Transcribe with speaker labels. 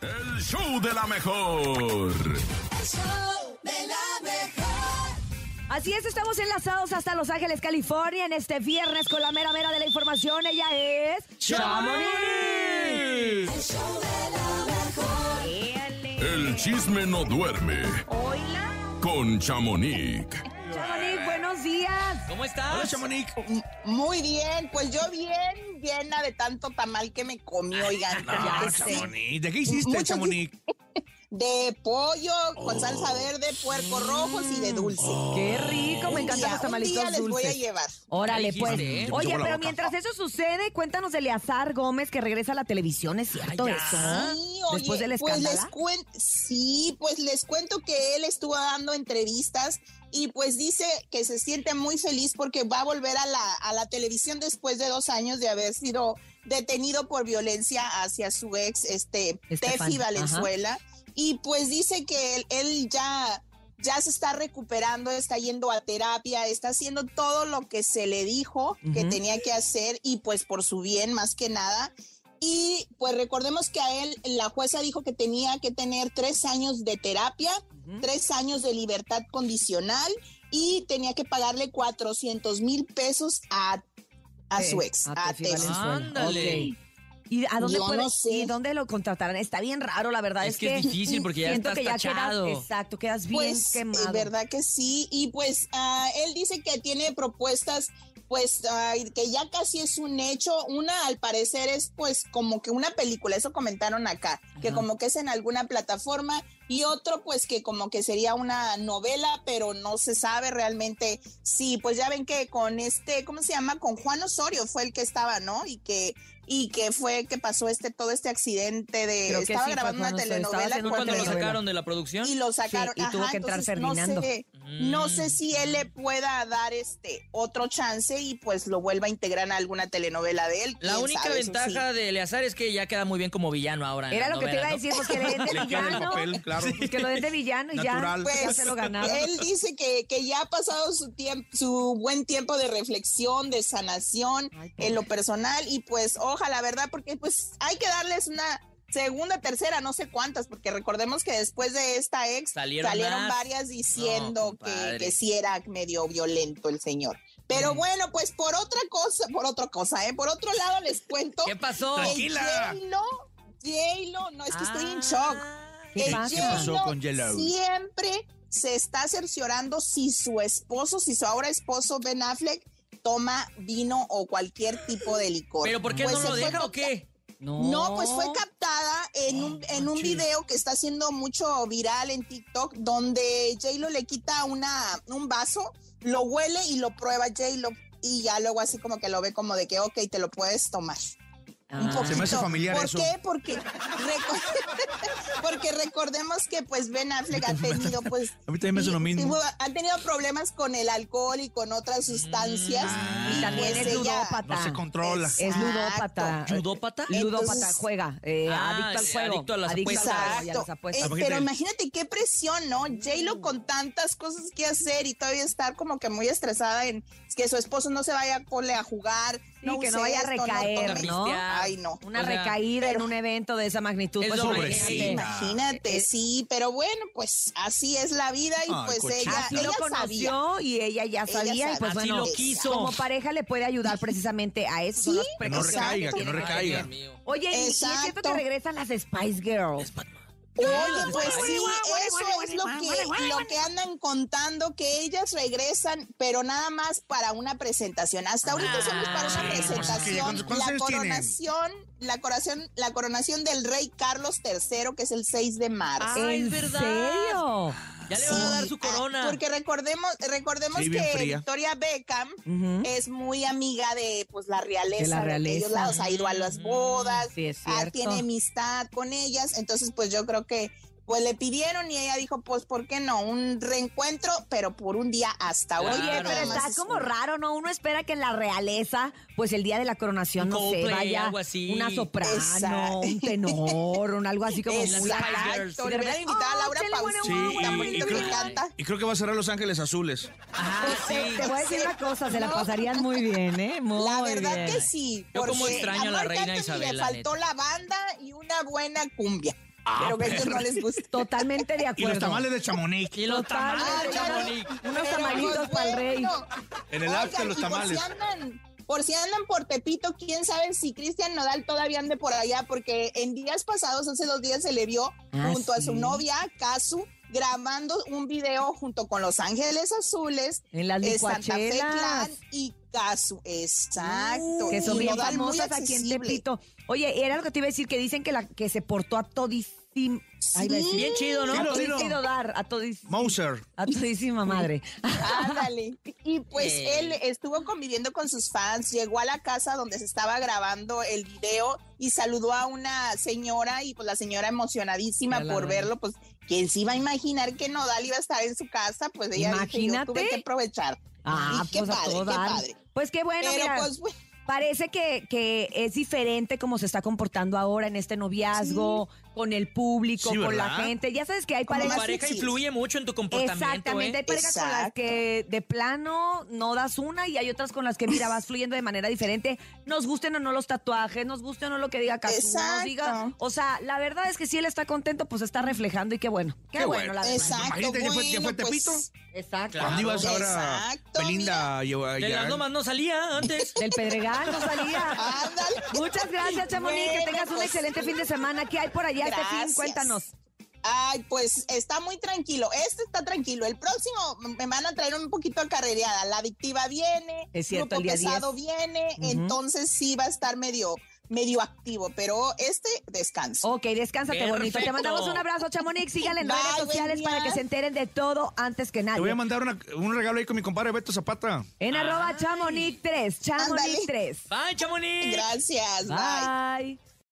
Speaker 1: El show de la mejor.
Speaker 2: El show de la mejor.
Speaker 3: Así es, estamos enlazados hasta Los Ángeles, California, en este viernes con la mera mera de la información. Ella es.
Speaker 1: ¡Chamonix!
Speaker 2: El show de la mejor.
Speaker 1: El chisme no duerme
Speaker 3: ¡Hola!
Speaker 1: con Chamonix.
Speaker 3: Chamonix, buenos días.
Speaker 4: ¿Cómo estás?
Speaker 5: Hola, Chamonix.
Speaker 6: Muy bien, pues yo bien llena de tanto tamal que me comí, oigan, ya
Speaker 5: Ah,
Speaker 6: que sé.
Speaker 5: Chamonix. ¿De qué hiciste,
Speaker 6: Muchas-
Speaker 5: Chamonix?
Speaker 6: de pollo con salsa verde, puerco rojos y de dulce.
Speaker 3: ¡Qué rico! Me
Speaker 6: Oh. Un
Speaker 3: encantan los
Speaker 6: día- un día
Speaker 3: tamalitos
Speaker 6: les voy a
Speaker 3: dulces.
Speaker 6: llevar.
Speaker 3: Órale,
Speaker 4: Ya
Speaker 3: pues.
Speaker 4: dijiste, ¿eh?
Speaker 3: Oye,
Speaker 5: Llevo la
Speaker 3: pero
Speaker 5: boca.
Speaker 3: mientras eso sucede, cuéntanos de Eleazar Gómez que regresa a la televisión, ¿es cierto
Speaker 4: Ay, ya.
Speaker 3: eso?
Speaker 6: Sí,
Speaker 3: Después del
Speaker 6: pues les
Speaker 3: escándalo.
Speaker 6: cuento, sí, pues les cuento que él estuvo dando entrevistas y pues dice que se siente muy feliz porque va a volver a la, a la televisión después de dos años de haber sido detenido por violencia hacia su ex, este,
Speaker 3: Estefan,
Speaker 6: Tefi
Speaker 3: ajá.
Speaker 6: Valenzuela. Y pues dice que él, él ya, ya se está recuperando, está yendo a terapia, está haciendo todo lo que se le dijo que
Speaker 3: Ujú.
Speaker 6: tenía que hacer y pues por su bien más que nada. Y pues recordemos que a él la jueza dijo que tenía que tener tres años de terapia, tres años de libertad condicional y tenía que pagarle 400 mil pesos a, a
Speaker 3: Sí,
Speaker 6: su ex, a,
Speaker 3: Tefi
Speaker 6: Tefi.
Speaker 3: Valenzuela.
Speaker 4: Ándale.
Speaker 3: Ok. ¿Y a dónde,
Speaker 6: Yo
Speaker 3: puede-
Speaker 6: no sé.
Speaker 3: ¿Y dónde lo contratarán? Está bien raro, la verdad.
Speaker 4: Es
Speaker 3: Es,
Speaker 4: que es difícil porque ya
Speaker 3: siento
Speaker 4: estás
Speaker 3: que ya
Speaker 4: tachado.
Speaker 3: quedas, exacto, quedas bien
Speaker 6: Pues,
Speaker 3: quemado.
Speaker 6: eh, verdad que sí. Y pues ah, él dice que tiene propuestas, pues ah, que ya casi es un hecho. Una, al parecer, es pues como que una película, eso comentaron acá, que
Speaker 3: Ajá.
Speaker 6: como que es en alguna plataforma. Y otro, pues que como que sería una novela, pero no se sabe realmente. Sí, pues ya ven que con este, ¿cómo se llama? Con Juan Osorio fue el que estaba, ¿no? Y que y que fue que pasó este todo este accidente de
Speaker 3: Creo que
Speaker 6: estaba
Speaker 3: sí, fue
Speaker 6: grabando
Speaker 3: Juan Osorio, estaba
Speaker 6: una telenovela
Speaker 3: haciendo una
Speaker 4: ¿Fue cuando
Speaker 6: cuando
Speaker 4: lo
Speaker 3: telenovela.
Speaker 4: sacaron de la producción? Mm.
Speaker 6: y lo sacaron.
Speaker 3: Sí, y tuvo
Speaker 6: Ajá,
Speaker 3: que entrar
Speaker 6: entonces, no
Speaker 3: Fernando.
Speaker 6: sé- No sé si él le pueda dar este otro chance y pues lo vuelva a integrar a alguna telenovela de él.
Speaker 4: La
Speaker 6: quién
Speaker 4: única
Speaker 6: sabe, eso
Speaker 4: ventaja de Eleazar es que ya queda muy bien como villano ahora. en
Speaker 3: Era
Speaker 4: la
Speaker 3: lo que te
Speaker 4: novela,
Speaker 3: iba a
Speaker 4: ¿no?
Speaker 3: decir, pues que le den de
Speaker 5: Le queda el
Speaker 3: villano.
Speaker 5: papel, claro.
Speaker 3: Pues que lo den de villano y ya,
Speaker 5: Natural.
Speaker 6: Pues,
Speaker 3: ya se lo ganaron.
Speaker 6: sí. Él dice que, que ya ha pasado su tiempo, su buen tiempo de reflexión, de sanación
Speaker 3: Ay,
Speaker 6: en lo personal y pues ojalá, ¿verdad? Porque pues hay que darles una segunda, tercera, no sé cuántas, porque recordemos que después de esta ex
Speaker 4: Salieron
Speaker 6: salieron,
Speaker 4: más.
Speaker 6: varias
Speaker 4: No,
Speaker 6: diciendo
Speaker 4: compadre.
Speaker 6: que, que sí era medio violento el señor. Pero
Speaker 4: Mm.
Speaker 6: bueno, pues por otra cosa, por otra cosa, ¿eh? Por otro lado les cuento
Speaker 4: ¿Qué pasó?
Speaker 5: Tranquilo.
Speaker 6: que
Speaker 5: Tranquila.
Speaker 6: J-Lo, J-Lo, no, es que estoy en shock.
Speaker 3: ¿Qué
Speaker 6: Que
Speaker 3: pasa?
Speaker 5: ¿Qué pasó
Speaker 6: J-Lo
Speaker 5: con J-Lo?
Speaker 6: Siempre se está cerciorando si su esposo, si su ahora esposo Ben Affleck toma vino o cualquier tipo de licor.
Speaker 4: ¿Pero por qué
Speaker 6: Pues
Speaker 4: no
Speaker 6: se
Speaker 4: lo
Speaker 6: fue
Speaker 4: deja o
Speaker 6: capta-
Speaker 4: qué?
Speaker 3: No.
Speaker 6: No, pues fue captada en un, en un
Speaker 5: manches.
Speaker 6: video que está haciendo mucho viral en TikTok, donde J-Lo le quita una, un vaso, lo huele y lo prueba J-Lo. Y ya luego así como que lo ve como de que, ok, te lo puedes tomar. Un
Speaker 3: Ah.
Speaker 6: poquito.
Speaker 5: Se me hace familiar
Speaker 6: ¿Por
Speaker 5: eso.
Speaker 6: qué? Porque, reco- porque recordemos que pues Ben Affleck ha tenido pues...
Speaker 5: A mí también me hace lo
Speaker 6: y-
Speaker 5: mismo. Mm,
Speaker 6: tuvo- ha tenido problemas con el alcohol y con otras sustancias.
Speaker 5: Ah.
Speaker 3: Y también
Speaker 6: pues
Speaker 3: es
Speaker 6: ella-
Speaker 3: ludópata.
Speaker 5: No se controla.
Speaker 3: Es ludópata.
Speaker 6: Exacto.
Speaker 4: ¿Ludópata?
Speaker 3: Ludópata,
Speaker 6: Entonces-
Speaker 3: juega. eh,
Speaker 4: Ah,
Speaker 3: adicto al
Speaker 4: sí,
Speaker 3: juego.
Speaker 4: adicto a las Ah, apuestas.
Speaker 3: juego y a
Speaker 6: Exacto.
Speaker 3: las apuestas. Mm.
Speaker 6: Eh,
Speaker 5: Imagínate.
Speaker 6: pero imagínate qué presión, ¿no? J-Lo con tantas cosas que hacer y todavía estar como que muy estresada en que su esposo no se vaya ponle a jugar,
Speaker 3: Sí, que no
Speaker 6: use
Speaker 3: vaya a
Speaker 6: esto,
Speaker 3: recaer,
Speaker 6: tome-
Speaker 3: ¿no?
Speaker 6: Ay, no.
Speaker 3: Una
Speaker 4: o sea,
Speaker 3: recaída en un evento de esa magnitud.
Speaker 4: es
Speaker 3: Pues,
Speaker 4: doble-
Speaker 3: imagínate.
Speaker 4: Sí,
Speaker 6: Imagínate,
Speaker 3: Eh,
Speaker 6: sí, pero bueno, pues así es la vida y
Speaker 5: Ay,
Speaker 6: pues
Speaker 5: cochina.
Speaker 6: ella,
Speaker 3: Así
Speaker 6: ella
Speaker 3: lo conoció
Speaker 6: sabía.
Speaker 3: y ella ya
Speaker 6: Ella
Speaker 3: sabía. Y pues
Speaker 6: sabía.
Speaker 4: Así
Speaker 3: bueno,
Speaker 4: lo quiso.
Speaker 3: como pareja le puede ayudar precisamente a eso. son
Speaker 6: Sí,
Speaker 3: las
Speaker 5: Que no
Speaker 3: precauciones que
Speaker 5: recaiga, que
Speaker 3: tiene
Speaker 5: no
Speaker 3: que
Speaker 4: Ay,
Speaker 5: recaiga.
Speaker 4: Dios mío.
Speaker 3: Oye, y- y, es cierto
Speaker 6: Exacto.
Speaker 3: que regresan las Spice Girls.
Speaker 6: Oye, pues sí, eso es lo que, lo que andan contando, que ellas regresan, pero nada más para una presentación. Hasta ahorita solo es para
Speaker 5: Ah,
Speaker 6: una
Speaker 5: sí, pues es que ya,
Speaker 6: presentación.
Speaker 5: ¿cuántos- cuántos
Speaker 6: La
Speaker 5: años tienen?
Speaker 6: coronación, la coronación, la coronación del rey Carlos III, que es el 6 de marzo.
Speaker 4: Ah, es
Speaker 3: ¿En
Speaker 4: verdad.
Speaker 3: serio?
Speaker 4: Ah, Ya le van a dar su
Speaker 6: Sí,
Speaker 4: corona.
Speaker 6: ah, Porque recordemos, recordemos
Speaker 5: Sí, bien
Speaker 6: que
Speaker 5: fría.
Speaker 6: Victoria Beckham
Speaker 3: Ujú.
Speaker 6: es muy amiga de pues la realeza.
Speaker 3: ¿Mm? De la realeza.
Speaker 6: ellos lados, ha ido a las bodas,
Speaker 3: Sí, es
Speaker 6: ah,
Speaker 3: cierto.
Speaker 6: tiene amistad con ellas. Entonces, pues yo creo que pues le pidieron y ella dijo, pues, ¿por qué no? Un reencuentro, pero por un día hasta hoy.
Speaker 4: Claro.
Speaker 3: Oye, pero
Speaker 6: Nada
Speaker 4: además
Speaker 3: está
Speaker 6: más es
Speaker 3: como
Speaker 6: un-
Speaker 3: raro, ¿no? Uno espera que en la realeza, pues el día de la coronación,
Speaker 4: Un
Speaker 3: no sé,
Speaker 4: Coldplay,
Speaker 3: vaya
Speaker 4: algo así.
Speaker 3: una soprano,
Speaker 6: Exacto.
Speaker 3: un tenor, un algo así como...
Speaker 4: Exacto.
Speaker 3: muy-
Speaker 4: Girls.
Speaker 6: Exacto.
Speaker 3: De
Speaker 6: Deberían
Speaker 3: verdad,
Speaker 6: invitar a
Speaker 3: oh,
Speaker 6: Laura
Speaker 3: chale, bueno,
Speaker 5: Sí,
Speaker 6: Pausini,
Speaker 3: bueno,
Speaker 6: tan
Speaker 3: bueno,
Speaker 5: y, y
Speaker 6: bonito
Speaker 5: creo,
Speaker 6: que
Speaker 4: bueno.
Speaker 6: canta.
Speaker 5: y creo que va a cerrar Los Ángeles Azules.
Speaker 4: Ah,
Speaker 3: pues,
Speaker 4: sí.
Speaker 3: Te voy a decir una cosa, se la pasarías muy bien, ¿eh? Muy
Speaker 6: La verdad
Speaker 3: bien.
Speaker 6: que sí.
Speaker 4: Yo como
Speaker 6: porque
Speaker 4: extraño a la
Speaker 6: Marc
Speaker 4: reina
Speaker 6: Anthony
Speaker 4: Isabel,
Speaker 6: Le
Speaker 4: la
Speaker 6: faltó la banda y una buena cumbia. pero que a ellos no les gusta.
Speaker 3: Totalmente de
Speaker 5: Y los
Speaker 3: acuerdo.
Speaker 5: tamales de Chamonix.
Speaker 4: Y los
Speaker 3: Total,
Speaker 4: tamales,
Speaker 3: ya no.
Speaker 4: Chamonix.
Speaker 3: Unos
Speaker 6: pues,
Speaker 3: tamalitos para el rey.
Speaker 5: En el after, los tamales.
Speaker 6: Por si, andan, por si andan por Tepito, quién sabe si Cristian Nodal todavía ande por allá, porque en días pasados, hace dos días, se le vio
Speaker 3: Ah,
Speaker 6: junto a su
Speaker 3: sí.
Speaker 6: novia, Casu, grabando un video junto con Los Ángeles Azules,
Speaker 3: En las
Speaker 6: eh, Santa Fe
Speaker 3: licuachelas.
Speaker 6: Clan y Casu. Exacto.
Speaker 3: Uh, Que son
Speaker 6: Y
Speaker 3: bien
Speaker 6: Nodal muy
Speaker 3: famosas aquí en
Speaker 6: accesible.
Speaker 3: Tepito. Oye, era lo que te iba a decir, que dicen que la que se portó a todísima. Ay, iba a decir-
Speaker 6: Sí.
Speaker 4: Bien chido,
Speaker 3: A
Speaker 5: Dilo,
Speaker 4: ¿no?
Speaker 5: dilo.
Speaker 3: todísimo dar, a todísima.
Speaker 5: Mouser.
Speaker 3: A todísima madre.
Speaker 6: Ándale. Y pues
Speaker 4: Eh.
Speaker 6: él estuvo conviviendo con sus fans, llegó a la casa donde se estaba grabando el video y saludó a una señora y pues la señora emocionadísima
Speaker 4: Ya la
Speaker 6: por
Speaker 4: doña.
Speaker 6: verlo, pues quién se iba a imaginar que Nodal iba a estar en su casa, pues ella dijo,
Speaker 3: Imagínate.
Speaker 6: yo tuve que aprovechar.
Speaker 3: Ah,
Speaker 6: Y qué
Speaker 3: pues a
Speaker 6: padre,
Speaker 3: todo
Speaker 6: qué
Speaker 3: dar.
Speaker 6: padre.
Speaker 3: Pues qué bueno,
Speaker 6: Pero
Speaker 3: mira.
Speaker 6: pues bueno,
Speaker 3: Parece que, que es diferente como se está comportando ahora en este noviazgo, con el público,
Speaker 5: Sí,
Speaker 3: con la
Speaker 5: ¿verdad?
Speaker 3: gente. Ya sabes que hay
Speaker 6: Como
Speaker 4: Tu
Speaker 3: parejas.
Speaker 6: más
Speaker 4: pareja
Speaker 6: sexy.
Speaker 4: influye mucho en tu comportamiento.
Speaker 3: Exactamente, hay
Speaker 4: ¿eh?
Speaker 3: parejas con las
Speaker 6: Exacto.
Speaker 3: que de plano no das una y hay otras con las que, mira, vas fluyendo de manera diferente. Nos gusten o no los tatuajes, nos gusten o no lo que diga Cazú, nos diga.
Speaker 6: Exacto.
Speaker 3: O sea, la verdad es que si él está contento, pues está reflejando y qué bueno. Qué,
Speaker 5: Qué
Speaker 3: bueno,
Speaker 5: bueno.
Speaker 3: la verdad.
Speaker 6: exacto.
Speaker 5: Imagínate, ya fue- ya fue
Speaker 6: bueno,
Speaker 5: Tepito.
Speaker 6: pues,
Speaker 3: Exacto.
Speaker 4: Claro.
Speaker 5: ¿Dónde ibas ahora?
Speaker 6: Exacto,
Speaker 5: Belinda. yo-
Speaker 4: De
Speaker 5: ya-
Speaker 4: las nomas no salía antes.
Speaker 3: Del Pedregal no salía.
Speaker 6: Ándale.
Speaker 3: Muchas gracias, Chamonix. Que
Speaker 6: Ah, Bueno,
Speaker 3: tengas un
Speaker 6: pues,
Speaker 3: excelente fin de semana. ¿Qué hay por allá este fin?
Speaker 6: Gracias.
Speaker 3: Cuéntanos.
Speaker 6: Ay, pues está muy tranquilo. Este está tranquilo. El próximo me van a traer un poquito acarrereada. La adictiva viene,
Speaker 3: Es cierto,
Speaker 6: grupo
Speaker 3: el día
Speaker 6: pesado
Speaker 3: 10.
Speaker 6: viene,
Speaker 3: Ujú.
Speaker 6: entonces sí va a estar medio, medio activo, pero este descansa.
Speaker 3: Ok, descánsate bonito. Te
Speaker 4: Perfecto.
Speaker 3: mandamos un abrazo, Chamonix. Síganle en
Speaker 6: Bye,
Speaker 3: redes
Speaker 6: buen
Speaker 3: sociales
Speaker 6: día.
Speaker 3: para que se enteren de todo antes que
Speaker 5: Te voy
Speaker 3: nadie.
Speaker 5: a mandar una- un regalo ahí con mi compadre Beto Zapata.
Speaker 3: En
Speaker 4: Ay.
Speaker 3: arroba Chamonix 3, Chamonix
Speaker 6: Ándale.
Speaker 3: 3.
Speaker 4: Bye, Chamonix.
Speaker 6: Gracias, bye.
Speaker 3: Bye.